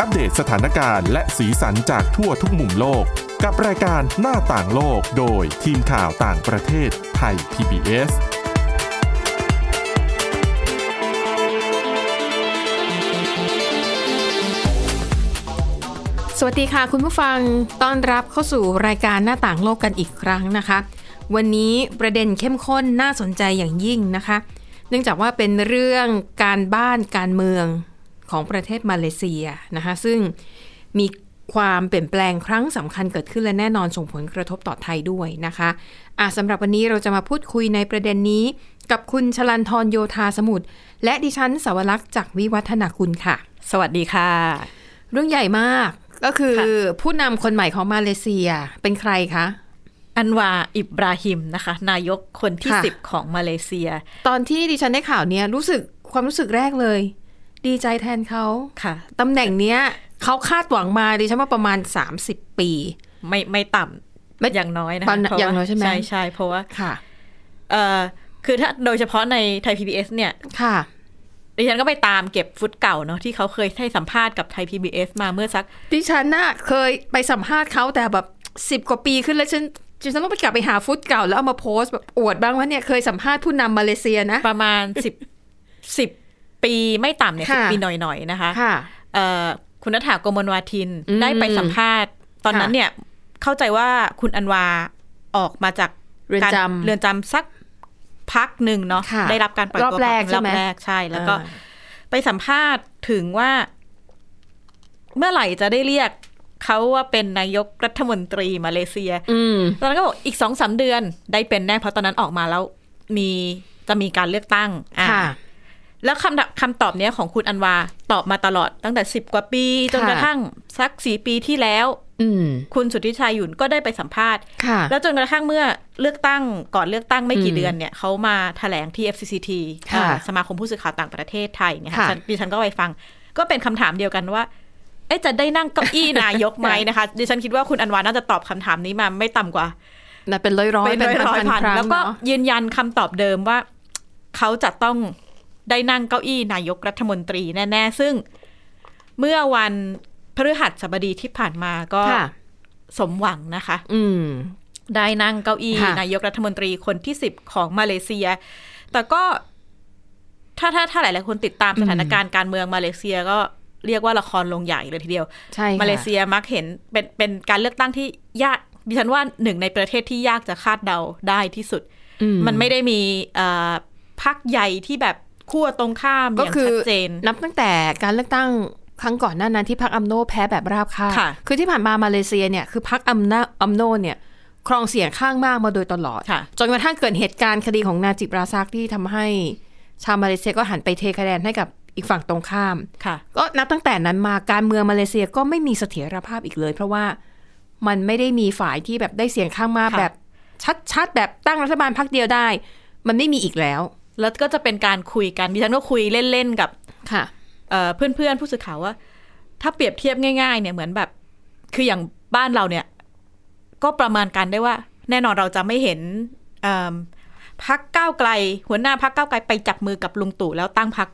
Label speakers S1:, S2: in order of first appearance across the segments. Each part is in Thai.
S1: อัปเดตสถานการณ์และสีสันจากทั่วทุกมุมโลก กับรายการหน้าต่างโลกโดยทีมข่าวต่างประเทศไทย PBS
S2: สวัสดีค่ะ คุณผู้ฟังต้อนรับเข้าสู่รายการหน้าต่างโลกกันอีกครั้งนะคะ วันนี้ประเด็นเข้มข้นน่าสนใจอย่างยิ่งนะคะ เนื่องจากว่าเป็นเรื่องการบ้านการเมืองของประเทศมาเลเซียนะคะ ซึ่งมีความเปลี่ยนแปลงครั้งสำคัญเกิดขึ้นและแน่นอนส่งผลกระทบต่อไทยด้วยนะคะอ่ะสำหรับวันนี้เราจะมาพูดคุยในประเด็นนี้ กับคุณชลันทรโยธาสมุทรและดิฉันสาวรักษ์จากวิวัฒนาคุณค่ะ
S3: สวัสดีค่ะ
S2: เรื่องใหญ่มากก็คือ
S3: ค่ะ
S2: ผู้นำคนใหม่ของมาเลเซียเป็นใครคะ
S3: อันวาอิบราฮิมนะคะ นายกคนที่
S2: ค่ะ
S3: สิบของมาเลเซีย
S2: ตอนที่ดิฉันได้ข่าวเนี้ยรู้สึกความรู้สึกแรกเลย ดีใจแทนเขา
S3: ค่ะ
S2: ตำแหน่งเนี้ยเขาคาดหวังมาดิฉันว่าประมาณ 30 ปี
S3: ไม่ไม่ต่
S2: ไม่
S3: ำอย่างน้อยนะ
S2: ตอน
S3: เพระว่
S2: อย่างน้อยใช่ไหม
S3: ใช่ใช่เพราะว่า
S2: ค่ะ
S3: เออคือถ้าโดยเฉพาะในไทย PBS เนี่ย
S2: ค่ะ
S3: ดิฉันก็ไปตามเก็บฟุตเก่าเนาะที่เขาเคยให้สัมภาษณ์กับไทย PBS มาเมื่อสัก
S2: ดิฉันน่ะเคยไปสัมภาษณ์เขาแต่แบบสิบ10 กว่าปีขึ้นแล้วฉันดิฉันต้องไปกลับไปหาฟุตเก่าแล้วเอามาโพสต์แบบอวดบ้างว่าเนี่ยเคยสัมภาษณ์ผู้นำมาเลเซียนะ
S3: ประมาณ 10 10 ปีไม่ต่ำเนี่ยสิ
S2: ค่ะ
S3: ปีหน่อยๆนะคะ
S2: ค่ะ
S3: เอ่อคุณนัฐถากมลวาทิน
S2: อืม
S3: ได้ไปสัมภาษณ์ ตอนนั้น
S2: ค่ะ
S3: เนี่ยเข้าใจว่าคุณอันวาออกมาจาก
S2: เรือนจำ
S3: กาเรือนจำสักพักหนึ่งเนาะ
S2: ค่ะ
S3: ได้รับการปล่อย
S2: รอบ
S3: ตัว
S2: แรก
S3: ค
S2: ใช่
S3: ง
S2: ไหม
S3: รอบแรกใช่ แล้วก็ไปสัมภาษณ์ถึงว่า เมื่อไหร่จะได้เรียกเขาว่าเป็นนายกรัฐมนตรีมาเลเซีย
S2: อืม
S3: ตอนนั้นก็บอกอีกสองสามเดือนได้เป็นแน่เพราะตอนนั้นออกมาแล้ว มีจะมีการเลือกตั้งอ่า
S2: ค่ะ
S3: แล้วคำตอบคำตอบเนี้ยของคุณอันวาตอบมาตลอดตั้งแต่สิบกว่าปี จน
S2: ค่ะ
S3: กระทั่งสักสี่ปีที่แล้ว
S2: อืม
S3: คุณสุทธิชัยหยุ่นก็ได้ไปสัมภาษณ์
S2: ค่ะ
S3: แล้วจนกระทั่งเมื่อเลือกตั้งก่อนเลือกตั้งไม่
S2: อื
S3: กี่
S2: ม
S3: เดือนเนี่ยเขามาแถลงที่ FCCT
S2: ค่ะ
S3: อ่าสมาคมผู้สื่อข่าวต่างประเทศไทยเนี่ย
S2: ค่ะ
S3: ค่ะฉันดิฉันก็ไปฟัง ก็เป็นคำถามเดียวกันว่า เอ๊ะจะได้นั่งเก้าอี้นายกไหมนะคะ ดิฉันคิดว่าคุณอันวาน่าจะตอบคำถามนี้มาไม่ต่ำ กว่า
S2: ะเป็นร้อยร้อยๆ
S3: เป็นร้อยๆ
S2: ๆ
S3: พัน
S2: ครั้ง
S3: แล้วก็
S2: เนอะ
S3: ยืนยันคำตอบเดิมว่า เขาจะต้องได้นั่งเก้าอี้นายกรัฐมนตรีแน่ ๆ ซึ่งเมื่อวันพฤหัสบดีที่ผ่านมาก็
S2: ค่ะ
S3: สมหวังนะคะ
S2: อืม
S3: ได้นั่งเก้าอี้
S2: ค่ะ
S3: นายกรัฐมนตรีคนที่สิบของมาเลเซีย แต่ก็ถ้าถ้าถ้าหลาย ๆ คนติดตามสถานการณ์การเมืองมาเลเซียก็เรียกว่าละครลงใหญ่เลยทีเดียว
S2: ใช่ค่ะ
S3: มาเลเซียมักเห็นเป็นเป็นการเลือกตั้งที่ยากดิฉันว่าหนึ่งในประเทศที่ยากจะคาดเดาได้ที่สุด
S2: อื
S3: มันไม่ได้มีเอ่อพรรคใหญ่ที่แบบขั้วตรงข้ามอ
S2: ก็
S3: ย่าง
S2: คือ
S3: ชัดเจน
S2: นับตั้งแต่การเลือกตั้งครั้งก่อนหน้านั้นที่พรรคอัมโนแพ้แบบราบคาบ
S3: ค่ะ
S2: คือที่ผ่านมามาเลเซียเนี่ยคือพรรคอัมนาอัมโนเนี่ย ครองเสียงข้างมากมาโดยตลอด
S3: ค่ะ
S2: จนกระทั่งเกิดเหตุการณ์คดีของนาจิบราซักที่ทำให้ ชาวมาเลเซียก็หันไปเทคะแนนให้กับอีกฝั่งตรงข้าม
S3: ค่ะ
S2: ก็นับตั้งแต่นั้นมาการเมืองมาเลเซียก็ไม่มีเสถียรภาพอีกเลย เพราะว่ามันไม่ได้มีฝ่ายที่แบบได้เสียงข้างมาก
S3: ค่ะ
S2: แบบชัดๆแบบตั้งรัฐบาลพรรคเดียวได้ มันไม่มีอีกแล้ว
S3: แล้วก็จะเป็นการคุยกันดิฉันก็คุยเล่น ๆ กับ
S2: ค่ะ
S3: เอ่อเพื่อน ๆ ผู้สื่อข่าวว่า ถ้าเปรียบเทียบง่าย ๆ เนี่ยเหมือนแบบ คืออย่างบ้านเราเนี่ย ก็ประมาณการได้ว่า แน่นอนเราจะไม่เห็นเอิ่มพักก้าวไกล หัวหน้าพักก้าวไกลไปจับมือกับลุงตู่แล้วตั้งพัก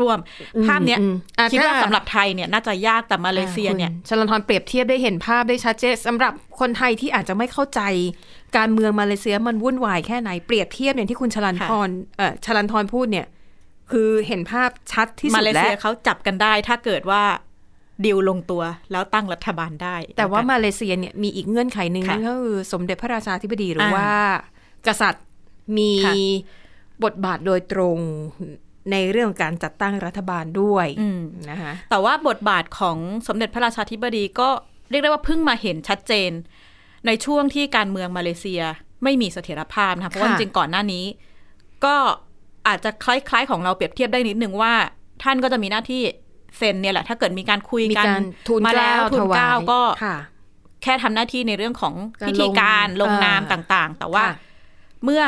S3: ร่วม
S2: อืม
S3: ภาพเนี้ย
S2: อืมอ่ะ
S3: คิดว่า
S2: ถ้า
S3: สำหรับไทยเนี่ยน่าจะยากแต่มาเลเซียเนี่ย
S2: อ่าคุณชลันทรเปรียบเทียบได้เห็นภาพได้ชัดเจนสำหรับคนไทยที่อาจจะไม่เข้าใจ การเมืองมาเลเซียมันวุ่นวายแค่ไหนเปรียบเทียบอย่างที่คุณชลันทรเอ่อชลันทรพูดเนี่ย คือเห็นภาพชัดที่
S3: มา
S2: สุด
S3: เล
S2: แล้
S3: เซียว เขาจับกันได้ถ้าเกิดว่าดิวลงตัวแล้วตั้งรัฐบาลได้
S2: แต่ว่ามาเลเซียเนี่ยมีอีกเงื่อนไขหนึ่ง
S3: ค่ะ
S2: นั่นก็คือสมเด็จพระราชาธิบดีหรืออา ว่ากษัตริย์มี
S3: ค่ะ
S2: บทบาทโดยตรงในเรื่องการจัดตั้งรัฐบาลด้วย
S3: อืม
S2: นะคะ
S3: แต่ว่าบทบาทของสมเด็จพระราชาธิบดีก็เรียกได้ว่าเพิ่งมาเห็นชัดเจน ในช่วงที่การเมืองมาเลเซียไม่มีเสถียรภาพนะคะเพราะว่าจ
S2: ค่ะ
S3: ริงๆก่อนหน้านี้ ก็อาจจะคล้าย ๆ ของเราเปรียบเทียบได้นิดนึงว่า ท่านก็จะมีหน้าที่เซ็นเนี่ยแหละถ้าเกิดมีการคุย
S2: มี
S3: กัน
S2: การทูล
S3: มา
S2: เก
S3: แล้
S2: ล้าว
S3: ทู
S2: ถ
S3: น
S2: วา
S3: เกล้าย ก็
S2: ค่ะ
S3: แค่ทำหน้าที่ในเรื่องของ
S2: การ
S3: พิธีการ
S2: ลง
S3: ลงนาม
S2: อ่า
S3: ต่างๆ แต่ว่า
S2: ค่ะ
S3: เมื่อ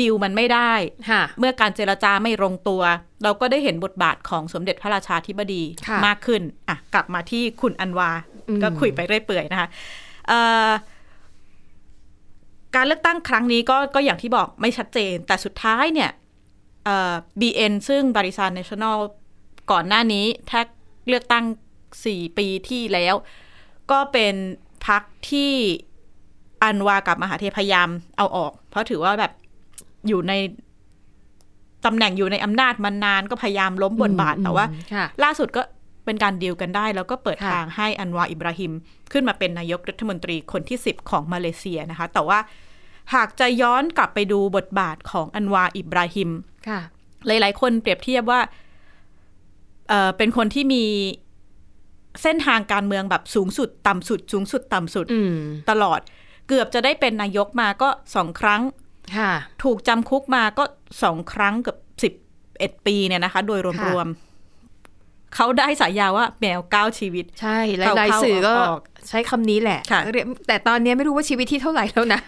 S3: ดีลมันไม่ได้
S2: ค่ะ
S3: เมื่อการเจรจาไม่ลงตัว เราก็ได้เห็นบทบาทของสมเด็จพระราชาธิบดี
S2: ค่ะ
S3: มากขึ้นอ่ะกลับมาที่คุณอันวา
S2: อืม
S3: ก็คุยไปเรื่อยเปื่อยนะคะเอ่อการเลือกตั้งครั้งนี้ก็ก็อย่างที่บอกไม่ชัดเจน แต่สุดท้ายเนี่ยเอ่อ BN ซึ่งบริษัท National ก่อนหน้านี้ถ้าเลือกตั้ง สี่ปีที่แล้ว ก็เป็นพักที่อันวากับมหาเทพพยายามเอาออก เพราะถือว่าแบบอยู่ในตำแหน่งอยู่ในอำนาจมานานก็พยายามล้มบทบาทแต่ว่า
S2: ค่ะ
S3: ล่าสุดก็เป็นการดีลกันได้ แล้วก็เปิด
S2: ค่ะ
S3: ทางให้อันวาอิบราฮิม ขึ้นมาเป็นนายกรัฐมนตรีคนที่ 10 ของมาเลเซียนะคะ แต่ว่าหากจะย้อนกลับไปดูบทบาทของอันวาอิบราฮิม
S2: ค่ะ
S3: หลาย ๆ คนเปรียบเทียบว่าเอ่อเป็นคนที่มีเส้นทางการเมืองแบบสูงสุด ต่ำสุด สูงสุด ต่ำสุด
S2: อืม
S3: ตลอด เกือบจะได้เป็นนายกมาก็สองครั้ง
S2: ค่ะ
S3: ถูกจำคุกมาก็สองครั้งเกับสิบเอ็ดปีเนี่ยนะคะ โดย
S2: ค่ะ
S3: รวมๆเขาได้สายาว่าแมวเก้าชีวิต
S2: ใช่หลายๆสื่อก็
S3: เข้าๆออก
S2: ใช้คำนี้แหละ
S3: ค่ะ
S2: เรียกแต่ตอนนี้ไม่รู้ว่าชีวิตที่เท่าไหร่แล้วนะ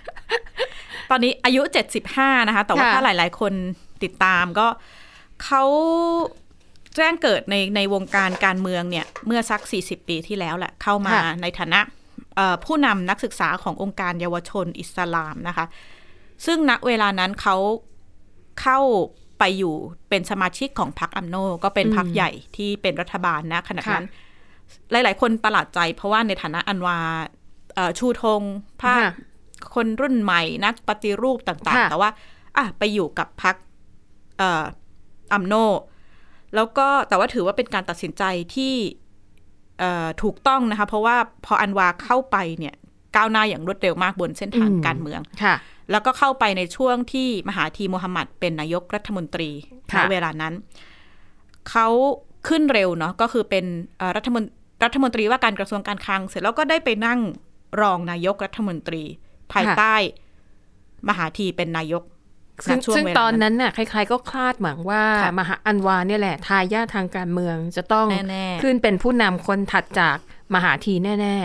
S3: ตอนนี้อายุ 75 นะคะ แต่ว่า
S2: ค่ะ
S3: ถ้าหลาย ๆ คนติดตามก็เขาแจ้งเกิดในในวงการการเมืองเนี่ย เมื่อสัก 40 ปีที่แล้วแหละ เข้ามาในฐานะเอ่อผู้นำนักศึกษาขององค์การเยาวชนอิสลามนะคะ ซึ่งณเวลานั้นเขาเข้าไปอยู่เป็นสมาชิกของพรรคอัมโน ก็เป็นพรรคใหญ่ที่เป็นรัฐบาลนะขณะนั้น หลาย ๆ คนประหลาดใจเพราะว่าในฐานะอันวาเอ่อชูธงภาค
S2: ค่ะ
S3: คนรุ่นใหม่นักปฏิรูปต่าง
S2: ค่ะ
S3: ๆ แต่ว่าอ่ะไปอยู่กับพักอัมโน แล้วก็แต่ว่าถือว่าเป็นการตัดสินใจที่เอ่อถูกต้องนะคะ เพราะว่าพออันวาเข้าไปเนี่ยก้าวหน้าอย่างรวดเร็วมากบนเส้นทางการเมือง
S2: ค่ะ
S3: แล้วก็เข้าไปในช่วงที่มหาธีมูฮัมหมัดเป็นนายกรัฐมนตรี
S2: ค่ะ
S3: ณเวลานั้น เขาขึ้นเร็วเนาะก็คือเป็นเอ่อรัฐมนรัฐมนตรีว่าการกระทรวงการคลัง เสร็จแล้วก็ได้ไปนั่งรองนายกรัฐมนตรี ภายใต้มหาธีเป็นนายก
S2: ซึ่ง
S3: ณช่ว
S2: ซึ่ง
S3: เว
S2: ต
S3: ลา
S2: อนนั้นน่ะใครๆก็คาดหวังว่า
S3: ค่ะ
S2: มหาอันวาเนี่ยแหละทายาททางการเมืองจะต้อง
S3: แน่ๆ
S2: ขึ้นเป็นผู้นำคนถัดจากมหาทีแน่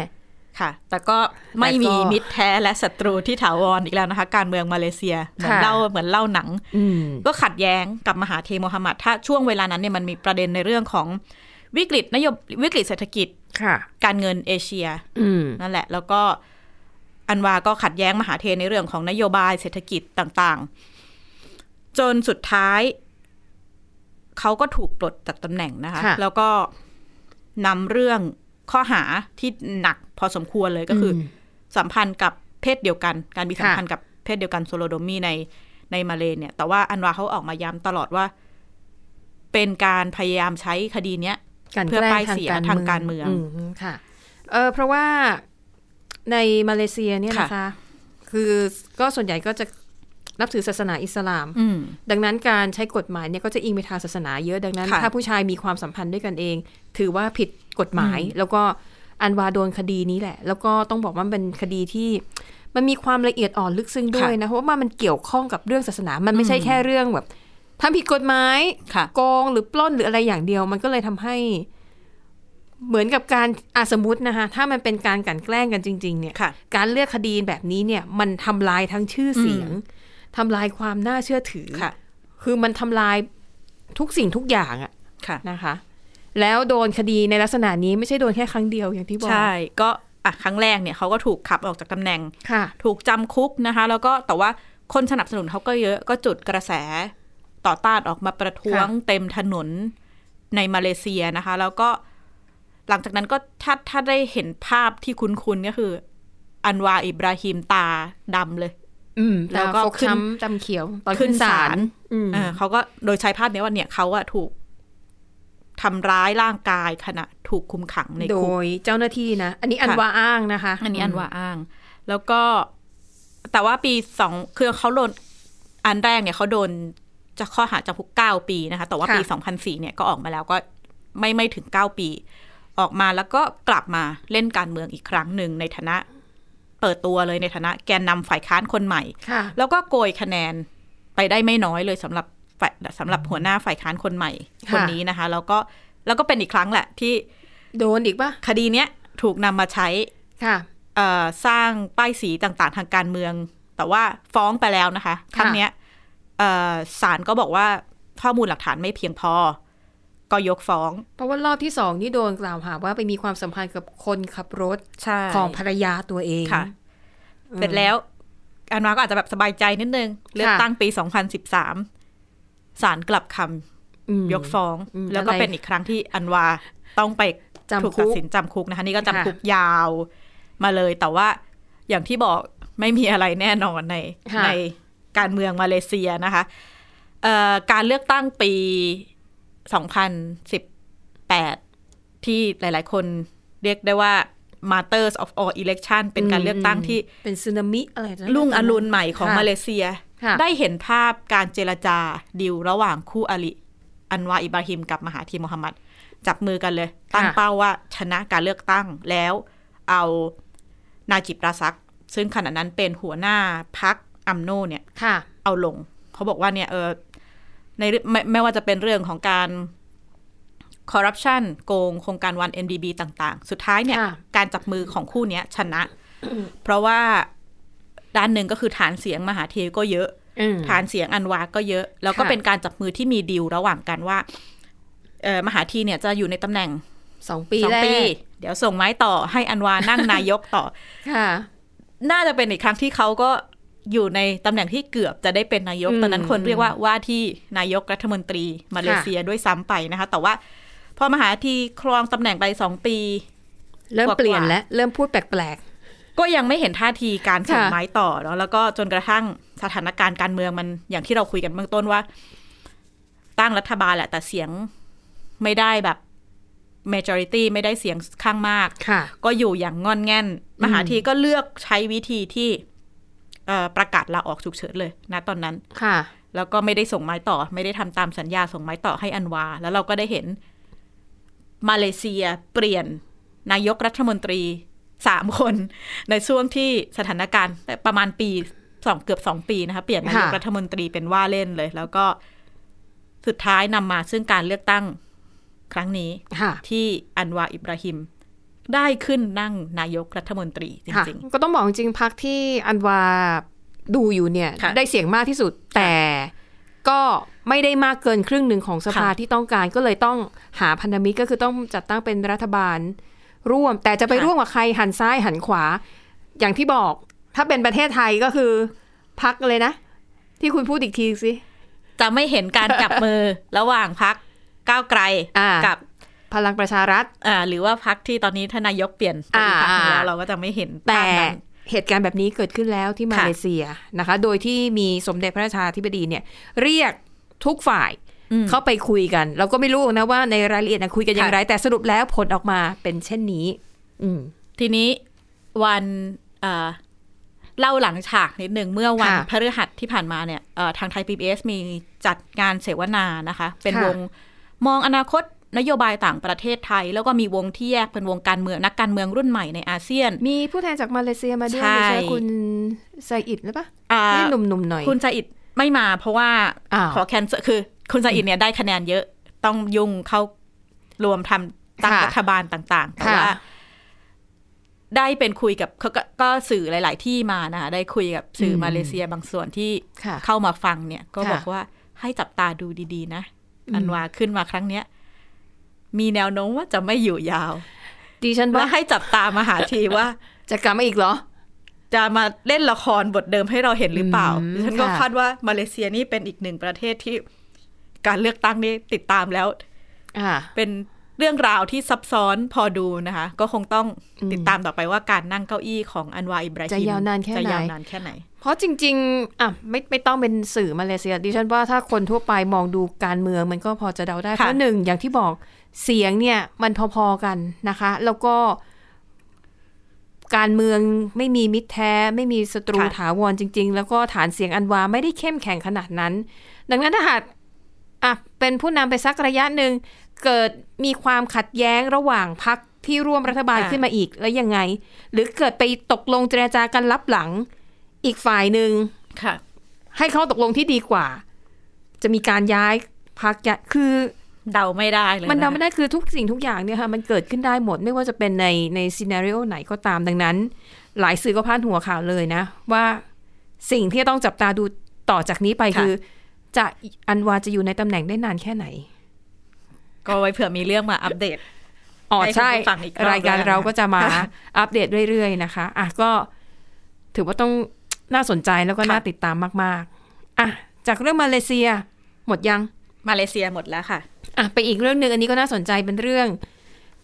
S3: ค่ะ แต่ก็ไม่
S2: แต่ก็
S3: มีมิตรแท้และศัตรูที่ถาวรอีกแล้วนะคะ การเมืองมาเลเซียเหมือน
S2: ค่ะ
S3: เล่าเหมือนเล่าหนัง
S2: ๆ อืม
S3: ก็ขัดแย้งกับมหาเทโมฮัมหมัดถ้าช่วงเวลานั้นเนี่ยมันมีประเด็นในเรื่องของวิกฤตนโยบวิกฤตเศรษฐกิจ
S2: ค่ะ
S3: การเงินเอเชีย
S2: อืม
S3: นั่นแหละ แล้วก็อันวาก็ขัดแย้งมหาเทในเรื่องของนโยบายเศรษฐกิจต่างๆ จนสุดท้ายเขาก็ถูกปลดจากตำแหน่งนะคะ
S2: ค่ะ
S3: แล้วก็นำเรื่องข้อหาที่หนักพอสมควรเลยก็คืออ
S2: ม
S3: สัมพันธ์กับเพศเดียวกัน การมี
S2: ค่ะ
S3: สัมพันธ์กับเพศเดียวกันโซโลโดมีในในมาเลเนี่ย แต่ว่าอันวาเขาออกมาย้ำตลอดว่า เป็นการพยายามใช้คดีเนี้ย
S2: การ
S3: เพื่อ
S2: แกล้
S3: ป้า
S2: ทาง
S3: ง ยเสีย
S2: การ
S3: ทางการเมือง
S2: มค่ะเออเพราะว่าในมาเลเซียเนี่ยนะคะ คือก็ส่วนใหญ่ก็จะนับถือศาสนาอิสลาม
S3: อืม
S2: ดังนั้นการใช้กฎหมายเนี่ยก็จะอิงไปทางศาสนาเยอะดังนั้น
S3: ค่ะ
S2: ถ้าผู้ชายมีความสัมพันธ์ด้วยกันเอง ถือว่าผิดกฎหมาย แล้วก็อันวาโดนคดีนี้แหละ แล้วก็ต้องบอกว่ามันเป็นคดีที่ มันมีความละเอียดอ่อนลึกซึ้งด้วยนะเพราะว่ามันเกี่ยวข้องกับเรื่องศาสนา มันไม่ใช่แค่เรื่องแบบทำผิดกฎหมาย
S3: ค่ะ
S2: โกงหรือปล้นหรืออะไรอย่างเดียว มันก็เลยทำให้เหมือนกับการอาสมมตินะคะถ้ามันเป็นการกลันแกล้งกันจริง ๆ เนี่ย
S3: ค่ะ
S2: การเลือกคดีแบบนี้เนี่ยมันทำลายทั้งชื่อเสียงทำลายความน่าเชื่อถือ
S3: ค่ะ
S2: คือมันทำลายทุกสิ่งทุกอย่างอะ
S3: ค่ะ
S2: นะคะ แล้วโดนคดีในลักษณะนี้ไม่ใช่โดนแค่ครั้งเดียวอย่างที่บอก
S3: ใช่ ก็อ่ะครั้งแรกเนี่ยเขาก็ถูกขับออกจากตำแหน่ง
S2: ค่ะ
S3: ถูกจำคุกนะคะ แล้วก็แต่ว่าคนสนับสนุนเขาก็เยอะก็จุดกระแสต่อต้านออกมาประท้วงเต็มถนนในมาเลเซียนะคะ แล้วก็หลังจากนั้นก็ถ้าถ้าได้เห็นภาพที่คุ้นๆก็คือ อันวาอิบราฮิมตาดำเลย
S2: อืม
S3: แล้
S2: แล้วว
S3: ก็
S2: ก็
S3: ขึ้น
S2: ช้ำจำเขียวตอนขึ้นศาลอืม
S3: เออเขาก็โดยใช้ภาพเนี้ยว่าเนี่ยเขาอะถูกทำร้ายร่างกายขณะถูกคุมขังใน
S2: โด
S3: คุก
S2: ยเจ้าหน้าที่นะ อันนี้อัน
S3: ค่ะ
S2: ว่าอ้างนะคะ
S3: อันนี้อันว่าอ้าง แล้วก็แต่ว่าปีสองคือเขาโดนอันแรกเนี่ยเขาโดนจะข้อหาจำคุกเก้าปีนะคะ แต่ว่าปีสองพันสี่เนี่ยก็ออกมาแล้วก็ไม่ไม่ถึงเก้าปี ออกมาแล้วก็กลับมาเล่นการเมืองอีกครั้งหนึ่งในฐานะเปิดตัวเลยในฐานะแกนนำฝ่ายค้านคนใหม่
S2: ค่ะ
S3: แล้วก็โกยคะแนนไปได้ไม่น้อยเลยสำหรับฝ่ายสำหรับหัวหน้าฝ่ายค้านคนใหม่คน
S2: ค่ะ
S3: นี้นะคะ แล้วก็แล้วก็เป็นอีกครั้งแหละที่
S2: โดนอีกปะ
S3: คดีเนี้ยถูกนำมาใช้
S2: ค่ะ
S3: เอ่อสร้างป้ายสีต่างๆ ทางการเมือง แต่ว่าฟ้องไปแล้วนะคะ ครั้งเนี้ยเอ่อศาลก็บอกว่าข้อมูลหลักฐานไม่เพียงพอ ก็ยกฟ้อง
S2: เพราะว่ารอบที่สองนี่โดนกล่าวหาว่าไปมีความสัมพันธ์กับคนขับรถ
S3: ใช่
S2: ของภรรยาตัวเอง
S3: ค่ะ เสร็จแล้ว อันมาก็อาจจะแบบสบายใจนิดนึง เลือก
S2: ค่ะ
S3: ตั้งปี 2013ศาลกลับค
S2: อืม
S3: ำยกฟ้อง
S2: อืม
S3: แล้วก็
S2: อะไร
S3: เป็นอีกครั้งที่อันวาต้องไป
S2: จ จำ
S3: ถูก
S2: คุ
S3: ตัด
S2: ก
S3: สินจำคุกนะคะนี่ก็
S2: ค่ะ
S3: จำคุกยาวมาเลย แต่ว่าอย่างที่บอกไม่มีอะไรแน่นอนใน
S2: ค่ะ
S3: ในการเมืองมาเลเซียนะคะเอ่อการเลือกตั้งปี 2018 ที่หลาย ๆ คนเรียกได้ว่า Martyrs of all election เป็นการเลือกตั้งที่
S2: เป็นสึนามิอะไรนะ
S3: รุ่งอรุณใหม่ของ
S2: ค่ะ
S3: มาเลเซีย
S2: ค่ะ
S3: ได้เห็นภาพการเจรจาดิวระหว่างคู่อริอันวาอิบราฮิมกับมหาธีมูฮัมหมัด จับมือกันเลย ตั้งเป้าว่าชนะการเลือกตั้งแล้วเอานาจิบราซัก ซึ่งขณะนั้นเป็นหัวหน้าพักอัมโนเนี่ย
S2: ค่ะ
S3: เอาลง เขาบอกว่าเนี่ยเออในเรื่องไม่ไม่ว่าจะเป็นเรื่องของการคอร์รัปชันโกงโครงการวัน MDB ต่างๆ สุดท้ายเนี่ย
S2: ค่ะ
S3: การจับมือของคู่เนี้ยชนะ เพราะว่าด้านหนึ่งก็คือฐานเสียงมหาเทก็เยอะ
S2: อืม
S3: ฐานเสียงอันวาก็เยอะ แล้วก็
S2: ค่ะ
S3: เป็นการจับมือที่มีดีลระหว่างกันว่าเออมหาทีเนี่ยจะอยู่ในตำแหน่ง
S2: สองปี
S3: สอง
S2: แรก
S3: ปี เดี๋ยวส่งไม้ต่อให้อันวานั่งนายกต่อ
S2: ค่ะ
S3: น่าจะเป็นอีกครั้งที่เขาก็อยู่ในตำแหน่งที่เกือบจะได้เป็นนายก
S2: อืม
S3: ตอนนั้นคนเรียกว่าว่าที่นายกรัฐมนตรีมาเลเซียด้วยซ้ำไปนะคะ แต่ว่าพอมหาทีครองตำแหน่งไปสองปี
S2: เริ่ม
S3: กว่าๆ
S2: เปลี่ยนแล้วเริ่มพูดแปลก
S3: ก็ยังไม่เห็นท่าทีการส่ง
S2: ค่ะ
S3: ไม้ต่อเนาะแล้วก็จนกระทั่งสถานการณ์การเมืองมันอย่างที่เราคุยกันเบื้องต้นว่า ตั้งรัฐบาลแหละ แต่เสียงไม่ได้แบบ majority ไม่ได้เสียงข้างมาก
S2: ๆ ค่ะ
S3: ก็อยู่อย่างงอนแง่น มหาทีก็เลือกใช้วิธีที่เอ่อประกาศลาออกฉุกเฉินเลยนะตอนนั้น
S2: ค่ะ
S3: แล้วก็ไม่ได้ส่งไม้ต่อ ไม่ได้ทำตามสัญญาส่งไม้ต่อให้อันวา แล้วเราก็ได้เห็นมาเลเซียเปลี่ยนนายกรัฐมนตรีสามคน ในช่วงที่สถานการณ์ประมาณปีสองเกือบสองปีนะคะเปลี่ยนนายก
S2: ค่ะ
S3: รัฐมนตรีเป็นว่าเล่นเลย แล้วก็สุดท้ายนำมาซึ่งการเลือกตั้งครั้งนี้
S2: ค่ะ
S3: ที่อันวาอิบราฮิม ได้ขึ้นนั่งนายกรัฐมนตรีจ
S2: ค่ะ
S3: ริง
S2: ก็ต้องบอกจริงๆพักที่อันวาดูอยู่เนี่ย
S3: ค่ะ
S2: ได้เสียงมากที่สุด แต่ก็ไม่ได้มากเกินครึ่งหนึ่งของสภา
S3: ค่ะ
S2: ที่ต้องการก็เลยต้องหาพันธมิตรก็คือต้องจัดตั้งเป็นรัฐบาล ร่วม แต่จะไป
S3: ค่ะ
S2: ร่วมกับใครหันซ้ายหันขวา อย่างที่บอก ถ้าเป็นประเทศไทยก็คือพักเลยนะ ที่คุณพูดอีกทีสิ
S3: ๆ จะไม่เห็นการจับมือ ระหว่างพักก้าวไกล
S2: อ่ากั
S3: กับ
S2: พลังประชารัฐ
S3: อ่าหรือว่าพักที่ตอนนี้ทานนายกเปลี่ยนไปอีกพรรคหนึ่งแล้ว
S2: อ่า
S3: เราก็จะไม่เห็น
S2: แต่
S3: ภาพนั้น
S2: เหตุการณ์แบบนี้เกิดขึ้นแล้วที่มา
S3: ค่ะ
S2: เลเซียนะคะ โดยที่มีสมเด็จพระราชาธิบดีเนี่ย เรียกทุกฝ่าย
S3: อืม
S2: เข้าไปคุยกัน เราก็ไม่รู้นะว่าในรายละเอียดนะคุยกันอย่าง
S3: ค่ะ
S2: ไร แต่สรุปแล้วผลออกมาเป็นเช่นนี้ อืม
S3: ทีนี้วันเอ่อเล่าหลังฉากนิดหนึ่งเมื่อวัน
S2: ค่ะ
S3: พฤหัสที่ผ่านมาเนี่ยเอ่อทางไทย PBS มีจัดงานเสวนานะคะ เป็นวงมองอนาคตนโยบายต่างประเทศไทย แล้วก็มีวงที่แยกเป็นวงการเมืองนักการเมืองรุ่นใหม่ในอาเซียน
S2: มีผู้แทนจากมาเลเซียมาด้วย
S3: ใช่
S2: ใช่คุณไซอิดหรือปะ
S3: อ่า
S2: นี่หนุ่มๆหน่อย
S3: คุณจาอิดไม่มาเพราะว่า
S2: อ้าว
S3: ขอแคนเซอร์คือ คุณจาอิดเนี่ยได้คะแนนเยอะ ต้องยุ่งเข้ารวมทำตั้ง
S2: ค่ะ
S3: รัฐบาลต่าง ๆ แต่
S2: ค่ะ
S3: ว่า ได้เป็นคุยกับเขาก็ก็สื่อหลาย ๆ ที่มานะคะได้คุยกับสื่ออ
S2: ม
S3: มาเลเซียบางส่วนที่
S2: ค่ะ
S3: เข้ามาฟังเนี่ย ก็
S2: ค่ะ
S3: บอกว่าให้จับตาดูดี ๆ นะ
S2: อืม
S3: อันวาขึ้นมาครั้งเนี้ย มีแนวโน้มว่าจะไม่อยู่ยาว
S2: ดิฉัน
S3: และ
S2: ว่า
S3: ให้จับตามหาทีว่า
S2: จะกลับมาอีกเหรอ
S3: จะมาเล่นละครบทเดิมให้เราเห็นหรือเปล่า
S2: อืม
S3: ดิฉันก็
S2: ค่ะ
S3: คาดว่ามาเลเซียนี่เป็นอีกหนึ่งประเทศที่การเลือกตั้งนี่ติดตามแล้ว
S2: อ่า
S3: เป็นเรื่องราวที่ซับซ้อนพอดูนะคะ ก็คงต้องติดตามต่อไปว่าการนั่งเก้าอี้ของอันวาอิบราฮิม
S2: จะยาวนานแค่ไหน
S3: จะยาวนานแค่ไหน
S2: เพราะจริงๆ อ่ะไม่ไม่ต้องเป็นสื่อมาเลเซียดิฉันว่าถ้าคนทั่วไปมองดูการเมืองมันก็พอจะเดาได้
S3: ค่ะ
S2: เพราะหนึ่งอย่างที่บอกเสียงเนี่ยมันพอๆกันนะคะ แล้วก็การเมืองไม่มีมิตรแท้ ไม่มีศัตรูถาวรจริง ๆ แล้วก็ฐานเสียงอันวาไม่ได้เข้มแข็งขนาดนั้น ดังนั้นถ้าหากอ่ะเป็นผู้นำไปสักระยะหนึ่งเกิดมีความขัดแย้งระหว่างพรรคที่ร่วมรัฐบาล
S3: อ่ะ
S2: ขึ้นมาอีกแล้วยังไง หรือเกิดไปตกลงเจรจากันลับหลัง อีกฝ่ายหนึ่ง
S3: ค่ะ
S2: ให้เข้าตกลงที่ดีกว่า จะมีการย้ายพักย้ายคือ
S3: เดาไม่ได้เลย
S2: มัน
S3: นะคะ
S2: ทำไม่ได้คือทุกสิ่งทุกอย่างเนี่ยค่ะมันเกิดขึ้นได้หมดไม่ว่าจะเป็นในในซีนารีโอไหนก็ตามดังนั้น หลายสื่อก็พาดหัวข่าวเลยนะ ว่าสิ่งที่ต้องจับตาดูต่อจากนี้ไปคือ จะอันวาจะอยู่ในตำแหน่งได้นานแค่ไหน
S3: ก็ไว้เผื่อมีเรื่องมาอัปเดต
S2: อ๋อ
S3: ให้คุณ
S2: ใช่
S3: ผู้ฟังอีกรอบ
S2: รายการ
S3: ด้วยนะคะ
S2: เราก็จะมา
S3: ค่ะ
S2: อัปเดตเรื่อยๆนะคะอ่ะก็ถือว่าต้องน่าสนใจแล้วก็น่าติดตามมากๆอ่ะจากเรื่องมาเลเซีย หมดยัง
S3: มาเลเซียหมดแล้วค่ะ
S2: อ่ะไปอีกเรื่องหนึ่งอันนี้ก็น่าสนใจเป็นเรื่อง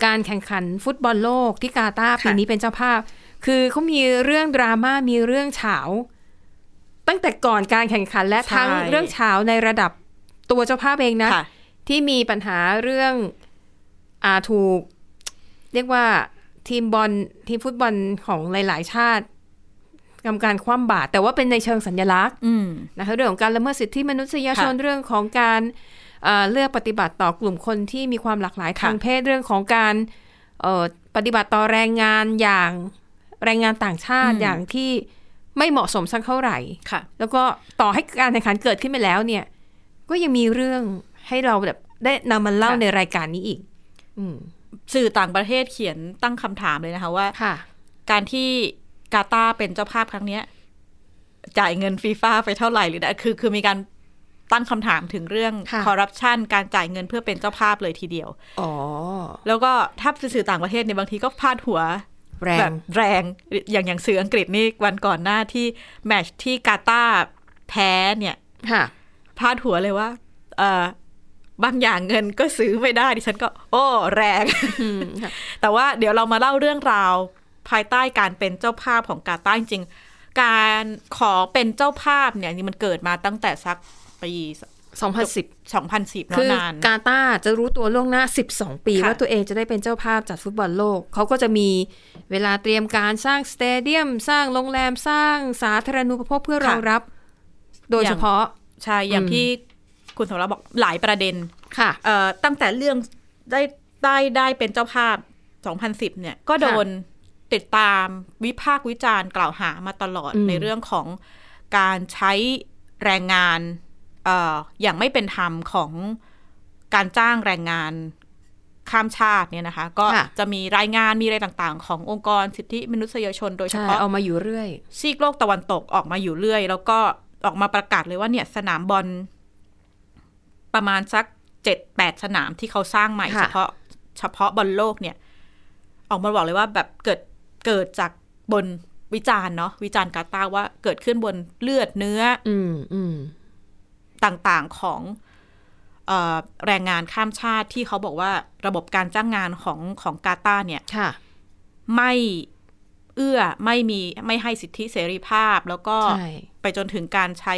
S2: การแข่งขันฟุตบอลโลกที่กาตาร์ปีนี้เป็นเจ้าภาพ คือเขามีเรื่องดราม่ามีเรื่องเฉา ตั้งแต่ก่อนการแข่งขันและ
S3: ใช่
S2: ทั้งเรื่องเฉาในระดับตัวเจ้าภาพเองนะ
S3: ค่ะ
S2: ที่มีปัญหาเรื่องอาถูก เรียกว่าทีมบอลทีมฟุตบอลของหลาย ๆ ชาติทำการคว่ำบาตรแต่ว่าเป็นในเชิงสัญลักษณ์
S3: อืม
S2: นะคะเรื่องของการละเมิดสิทธิมนุษยชน
S3: ค่ะ
S2: เรื่องของการเอ่อเลือกปฏิบัติต่อกลุ่มคนที่มีความหลากหลายทาง
S3: ค่ะ
S2: เพศเรื่องของการเอ่อปฏิบัติต่อแรงงานอย่างแรงงานต่างชาติอย่างที่ไม่เหมาะสมสักเท่าไหร่
S3: ค่ะ
S2: แล้วก็ต่อให้การแข่งขันเกิดขึ้นไปแล้วเนี่ย ก็ยังมีเรื่องให้เราแบบได้นำมาเล่า
S3: ค่ะ
S2: ในรายการนี้อีก อืม
S3: สื่อต่างประเทศเขียนตั้งคำถามเลยนะคะว่า
S2: ค่ะ
S3: การที่กาตาร์เป็นเจ้าภาพครั้งเนี้ย จ่ายเงินฟีฟ่าไปเท่าไหร่หรือคือคือมีการตั้งคำถามถึงเรื่อง
S2: ค่ะ
S3: คอร์รัปชันการจ่ายเงินเพื่อเป็นเจ้าภาพเลยทีเดียว
S2: อ๋อ
S3: แล้วก็ถ้าเป็นสื่อต่างประเทศเนี่ยบางทีก็พาดหัว
S2: แร
S3: แบ
S2: ง
S3: บแรงอย่างอย่างสื่ออังกฤษนี่วันก่อนหน้าที่แมตชที่กาตาร์แพ้เนี่ย
S2: ค่ะ
S3: พาดหัวเลยว่า เออบางอย่างเงินก็ซื้อไม่ได้ดิฉันก็ โอ้ แรง
S2: อืมค่ะ
S3: แต่ว่าเดี๋ยวเรามาเล่าเรื่องราวภายใต้การเป็นเจ้าภาพของกาตาร์จริงๆการขอเป็นเจ้าภาพเนี่ยนี่มันเกิดมาตั้งแต่สักปี
S2: 2010
S3: 2010เน
S2: คือน
S3: อะาน
S2: กาตาร์จะรู้ตัวล่วงหน้า 12 ปี
S3: ค่ะ
S2: ว่าตัวเองจะได้เป็นเจ้าภาพจัดฟุตบอลโลก เขาก็จะมีเวลาเตรียมการสร้างสเตเดียม สร้างโรงแรมสร้างสาธารณูปโภคเพื่อรองรับ โดยเฉพาะ
S3: ใช่อย่างที่คุณสมรักบอกหลายประเด็น
S2: ค่ะ
S3: เอ่อตั้งแต่เรื่องได้ได้ได้เป็นเจ้าภาพ 2010 เนี่ย ก็โดนติดตามวิพากษ์วิจารณ์กล่าวหามาตลอด
S2: อืม
S3: ในเรื่องของการใช้แรงงานเอ่ออย่างไม่เป็นธรรมของการจ้างแรงงานข้ามชาติเนี่ยนะคะ ก็จะมีรายงานมีอะไรต่างๆ ขององค์กรสิทธิมนุษยชนโดยเฉ
S2: ใช่
S3: พาะ
S2: เอามาอยู่เรื่อย
S3: ซีกโลกตะวันตกออกมาอยู่เรื่อย แล้วก็ออกมาประกาศเลยว่าเนี่ยสนามบอลประมาณสักเจ็ดแปดสนามที่เขาสร้างใหม่
S2: ค่ะ
S3: เฉพาะเฉพาะบอลโลกเนี่ย ออกมาบอกเลยว่าแบบเกิดเกิดจากบนวิจารณ์เนาะวิจารณ์กาตาร์ว่าเกิดขึ้นบนเลือดเนื้อ
S2: อืมอืม
S3: ต่างๆของเออแรงงานข้ามชาติที่เขาบอกว่าระบบการจ้างงานของของกาตาร์เนี่ย
S2: ค่ะ
S3: ไม่เอื้อไม่มีไม่ให้สิทธิเสรีภาพ แล้วก็
S2: ใช่
S3: ไปจนถึงการใช้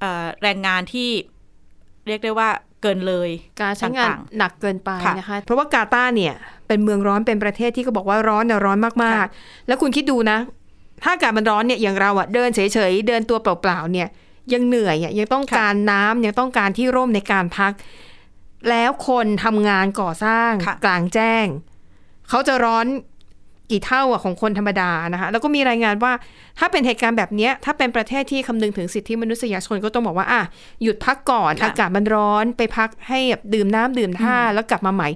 S3: เอ่อแรงงานที่เรียกได้ว่าเกินเลย
S2: การใช้งาน
S3: ต่
S2: หนักเกินไป
S3: ค่ะ
S2: นะคะ เพราะว่ากาตาร์เนี่ย เป็นเมืองร้อนเป็นประเทศที่ก็บอกว่าร้อนนะร้อนมาก
S3: ค่ะ
S2: ๆ แล้วคุณคิดดูนะ ถ้าอากาศมันร้อนเนี่ยอย่างเราอะเดินเฉยๆ เดินตัวเปล่าๆเนี่ย ยังเหนื่อยอะยังต้อง
S3: ค่ะ
S2: การน้ำยังต้องการที่ร่มในการพัก แล้วคนทำงานก่อสร้าง
S3: ค่ะ
S2: กลางแจ้ง เขาจะร้อนกี่เท่าอะของคนธรรมดานะคะ แล้วก็มีรายงานว่า ถ้าเป็นเหตุการณ์แบบเนี้ยถ้าเป็นประเทศที่คำนึงถึงสิทธิมนุษยชนก็ต้องบอกว่าอ่ะหยุดพักก่อน
S3: ค่ะ
S2: อากาศมันร้อนไปพักให้แบบดื่มน้ำดื่มท่าแล้วกลับมาใหม่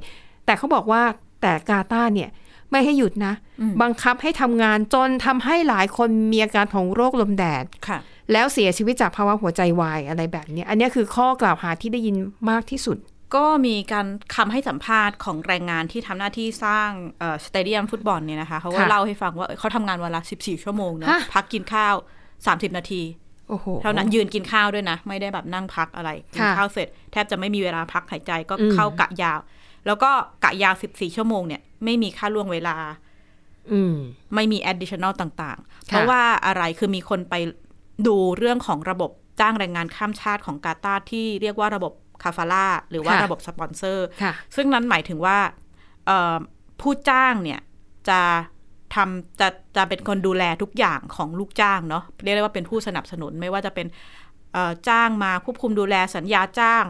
S2: แต่เขาบอกว่าแต่กาตาร์เนี่ยไม่ให้หยุดนะ
S3: อืม
S2: บังคับให้ทำงานจนทำให้หลายคนมีอาการของโรคลมแดด
S3: ค่ะ
S2: แล้วเสียชีวิตจากภาวะหัวใจวายอะไรแบบเนี้ยอันเนี้ยคือข้อกล่าวหาที่ได้ยินมากที่สุด
S3: ก็มีการคำให้สัมภาษณ์ของแรงงานที่ทำหน้าที่สร้างเอ่อสเตเดียมฟุตบอลเนี่ยนะคะ เขาก็
S2: ค่ะ
S3: เล่าให้ฟังว่าเอ้ยเขาทำงานวันละ 14 ชั่วโมงเนาะ
S2: ฮะ
S3: พักกินข้าว 30 นาที
S2: โอ้โห
S3: เท่านั้นยืนกินข้าวด้วยนะ ไม่ได้แบบนั่งพักอะไร กิน
S2: ค่ะ
S3: ข้าวเสร็จ แทบจะไม่มีเวลาพักหายใจก็
S2: อืม
S3: เข้ากะยาว แล้วก็กะยาว 14 ชั่วโมงเนี่ย ไม่มีค่าล่วงเวลา
S2: อืม
S3: ไม่มี additional ต่างๆ
S2: ค่ะ
S3: เพราะว่าอะไรคือมีคนไปดูเรื่องของระบบจ้างแรงงานข้ามชาติของกาตาร์ที่เรียกว่าระบบคาฟาล่าหรือว่าระบบสปอนเซอร์
S2: ค่ะ
S3: ซึ่งนั้นหมายถึงว่าเอ่อผู้จ้างเนี่ยจะทำจะจะเป็นคนดูแลทุกอย่างของลูกจ้างเนาะเรียกได้ว่าเป็นผู้สนับสนุนไม่ว่าจะเป็นเอ่อจ้างมาควบคุมดูแลสัญญาจ้าง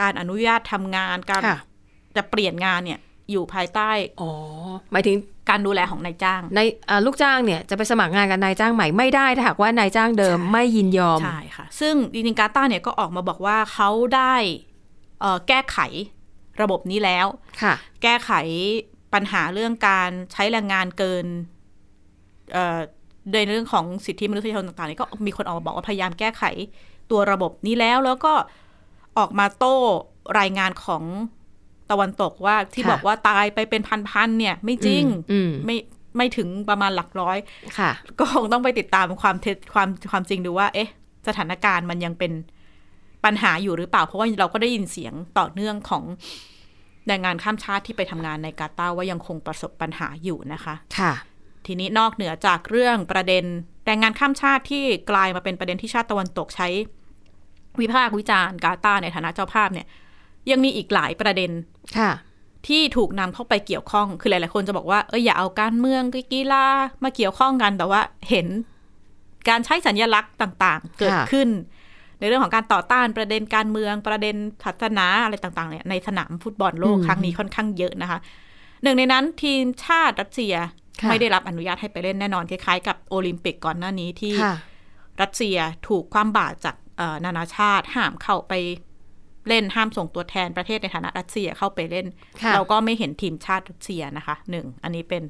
S3: การอนุญาตทำงานการ
S2: ค่ะ
S3: จะเปลี่ยนงานเนี่ยอยู่ภายใต้
S2: อ๋อหมายถึง
S3: การดูแลของนายจ้าง
S2: ในเอ่อลูกจ้างเนี่ยจะไปสมัครงานกับนายจ้างใหม่ไม่ได้ถ้าหากว่านายจ้างเดิมไม่ยินยอม
S3: ใช่ค่ะ ซึ่งจริงๆกาตาร์เนี่ยก็ออกมาบอกว่าเขาได้เอ่อแก้ไขระบบนี้แล้ว
S2: ค่ะ
S3: แก้ไขปัญหาเรื่องการใช้แรงงานเกินเอ่อโดยเรื่องของสิทธิมนุษยชนต่างๆเนี่ยก็มีคนออกมาบอกว่าพยายามแก้ไขตัวระบบนี้แล้ว แล้วก็ออกมาโต้รายงานของตะวันตกว่าที่
S2: ค่ะ
S3: บอกว่าตายไปเป็นพันๆเนี่ย ไม่จริง
S2: อืม
S3: ไม่ไม่ถึงประมาณหลักร้อย
S2: ค่ะ
S3: ก็คงต้องไปติดตามความเท็จความความจริงดูว่า เอ๊ะ สถานการณ์มันยังเป็นปัญหาอยู่หรือเปล่า เพราะว่าเราก็ได้ยินเสียงต่อเนื่องของ แรงงานข้ามชาติที่ไปทำงานในกาตาร์ว่ายังคงประสบปัญหาอยู่นะคะ
S2: ค่ะ
S3: ทีนี้นอกเหนือจากเรื่องประเด็นแรงงานข้ามชาติที่กลายมาเป็นประเด็นที่ชาติตะวันตกใช้ วิพากษ์วิจารณ์กาตาร์ในฐานะเจ้าภาพเนี่ย ยังมีอีกหลายประเด็น
S2: ค่ะ
S3: ที่ถูกนำเข้าไปเกี่ยวข้อง คือหลายๆคนจะบอกว่าเอออย่าเอาการเมืองกีฬามาเกี่ยวข้องกันแต่ว่าเห็นการใช้สัญญลักษณ์ต่างๆ เกิด
S2: ค่ะ
S3: ขึ้น ในเรื่องของการต่อต้านประเด็นการเมืองประเด็นศาสนาอะไรต่างๆเนี่ยในสนามฟุตบอลโลกครั้งนี้ค่อนข้างเยอะนะคะ หนึ่งในนั้นทีมชาติรัสเซีย
S2: ค่ะ
S3: ไม่ได้รับอนุญาตให้ไปเล่นแน่นอนคล้ายๆกับโอลิมปิกก่อนหน้านี้ที่
S2: ค่ะ
S3: รัสเซียถูกความบาตรจากเอ่อนานาชาติห้ามเข้าไปเล่นห้ามส่งตัวแทนประเทศในฐานะรัสเซียเข้าไปเล่น
S2: ค่ะ
S3: เราก็ไม่เห็นทีมชาติรัสเซียนะคะหนึ่งอันนี้เป็น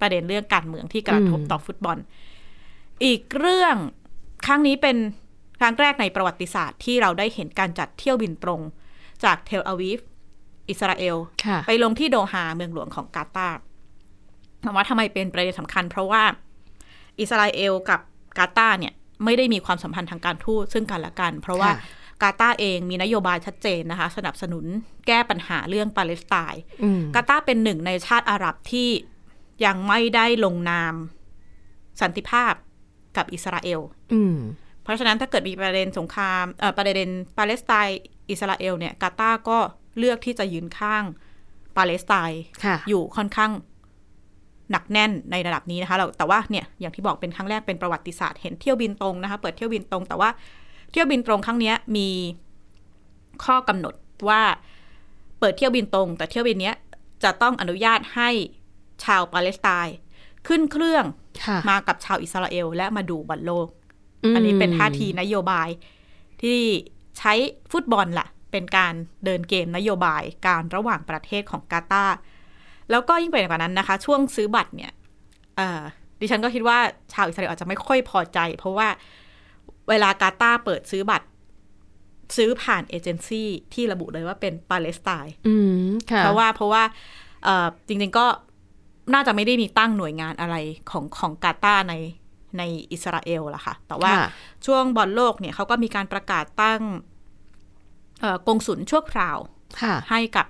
S3: ประเด็นเรื่องการเมืองที่กระทบต่อฟุตบอล อีกเรื่องครั้งนี้เป็นครั้งแรกในประวัติศาสตร์ที่เราได้เห็นการจัดเที่ยวบินตรงจากเทลอาวีฟอิสราเอล
S2: ค่ะ
S3: ไปลงที่โดฮาเมืองหลวงของกาตาร์ถามว่าทำไมเป็นประเด็นสำคัญ เพราะว่าอิสราเอลกับกาตาร์เนี่ยไม่ได้มีความสัมพันธ์ทางการทูตซึ่งกันและกัน เพราะว่า
S2: ค่ะ
S3: กาตาร์เองมีนโยบายชัดเจนนะคะ สนับสนุนแก้ปัญหาเรื่องปาเลสไตน์
S2: อืม
S3: กาตาร์เป็นหนึ่งในชาติอาหรับที่ยังไม่ได้ลงนามสันติภาพกับอิสราเอล
S2: อืม
S3: เพราะฉะนั้นถ้าเกิดมีประเด็นสงครามเอ่อประเด็นปาเลสไตน์อิสราเอลเนี่ยกาตาร์ก็เลือกที่จะยืนข้างปาเลสไตน์
S2: ค่ะ
S3: อยู่ค่อนข้างหนักแน่นในระดับนี้นะคะเราแต่ว่าเนี่ยอย่างที่บอกเป็นครั้งแรกเป็นประวัติศาสตร์เห็นเที่ยวบินตรงนะคะเปิดเที่ยวบินตรง แต่ว่าเที่ยวบินตรงครั้งเนี้ยมีข้อกำหนดว่าเปิดเที่ยวบินตรง แต่เที่ยวบินเนี้ยจะต้องอนุญาตให้ชาวปาเลสไตน์ขึ้นเครื่อง
S2: ค่ะ
S3: มากับชาวอิสราเอล และมาดูบอลโลก
S2: ม
S3: อันนี้เป็นท่าทีนโยบายที่ใช้ฟุตบอลแหละเป็นการเดินเกมนโยบายการระหว่างประเทศของกาตาร์แล้วก็ยิ่งไปกว่านั้นนะคะ ช่วงซื้อบัตรเนี่ยเอ่อดิฉันก็คิดว่าชาวอิสราเอลอาจจะไม่ค่อยพอใจ เพราะว่าเวลากาตาร์เปิดซื้อบัตร ซื้อผ่านเอเจนซี่ที่ระบุเลยว่าเป็นปาเลสไตน์
S2: อืม ค่ะ
S3: เพราะว่าเพราะว่าเอ่อจริงๆก็น่าจะไม่ได้มีตั้งหน่วยงานอะไรของของกาตาร์ในในอิสราเอลล่ะค่ะ แต่ว่า
S2: ค่ะ
S3: ช่วงบอลโลกเนี่ยเขาก็มีการประกาศตั้งเอ่อกงสุลชั่วคราว
S2: ค่ะ
S3: ให้กับ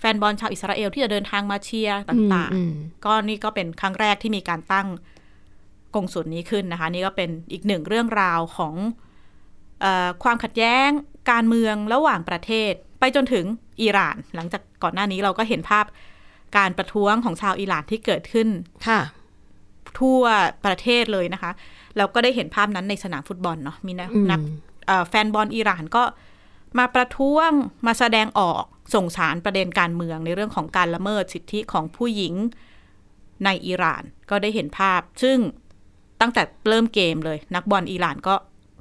S3: แฟนบอลชาวอิสราเอลที่จะเดินทางมาเชียร์ต่าง
S2: อืม
S3: ๆ ก็นี่ก็เป็นครั้งแรกที่มีการตั้งกงสุลนี้ขึ้นนะคะ นี่ก็เป็นอีกหนึ่งเรื่องราวของเออความขัดแย้งการเมืองระหว่างประเทศ ไปจนถึงอิหร่าน หลังจากก่อนหน้านี้เราก็เห็นภาพการประท้วงของชาวอิหร่านที่เกิดขึ้น
S2: ค่ะ
S3: ทั่วประเทศเลยนะคะ เราก็ได้เห็นภาพนั้นในสนามฟุตบอลเนาะมีนัก
S2: อืม
S3: นักเอ่อแฟนบอลอิหร่านก็มาประท้วงมาแสดงออกส่งสารประเด็นการเมืองในเรื่องของการละเมิดสิทธิของผู้หญิงในอิหร่าน ก็ได้เห็นภาพ ซึ่งตั้งแต่เริ่มเกมเลย นักบอลอิหร่านก็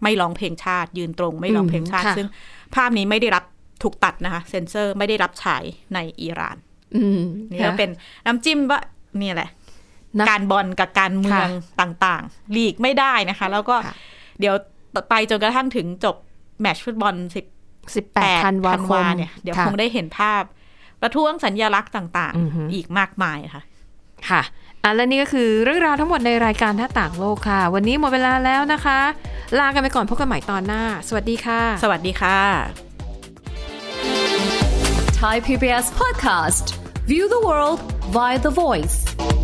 S3: ไม่ร้องเพลงชาติ ยืนตรงไม่ร้องเพลงชาติ
S2: อืมค่ะ
S3: ซึ่งภาพนี้ไม่ได้รับถูกตัดนะคะเซนเซอร์ไม่ได้รับฉายในอิหร่าน
S2: อืม
S3: นี่ก็เป็นน้ำจิ้มว่าเนี่ยแหละ
S2: นัก
S3: การบอลกับการเมืองต่างๆหลีกไม่ได้นะคะ แล้วก็
S2: ค่ะ
S3: เดี๋ยวไปจนกระทั่งถึงจบแมตช์ฟุตบอล
S2: สิบแปด
S3: 18
S2: ธันวาคม
S3: เนี่ยเดี๋ยว
S2: ะ
S3: คงได้เห็นภาพ ประท้วงสัญญลักษณ์ต่าง
S2: อือฮึ
S3: ๆ อีกมากมายค่ะ
S2: ค่ะอ่ะ และนี่ก็คือเรื่องราวทั้งหมดในรายการหน้าต่างโลกค่ะ วันนี้หมดเวลาแล้วนะคะ ลากันไปก่อนพบกันใหม่ตอนหน้า สวัสดีค่ะ
S3: สวัสดีค่ะ
S4: Thai PBS podcast. View the world via the voice.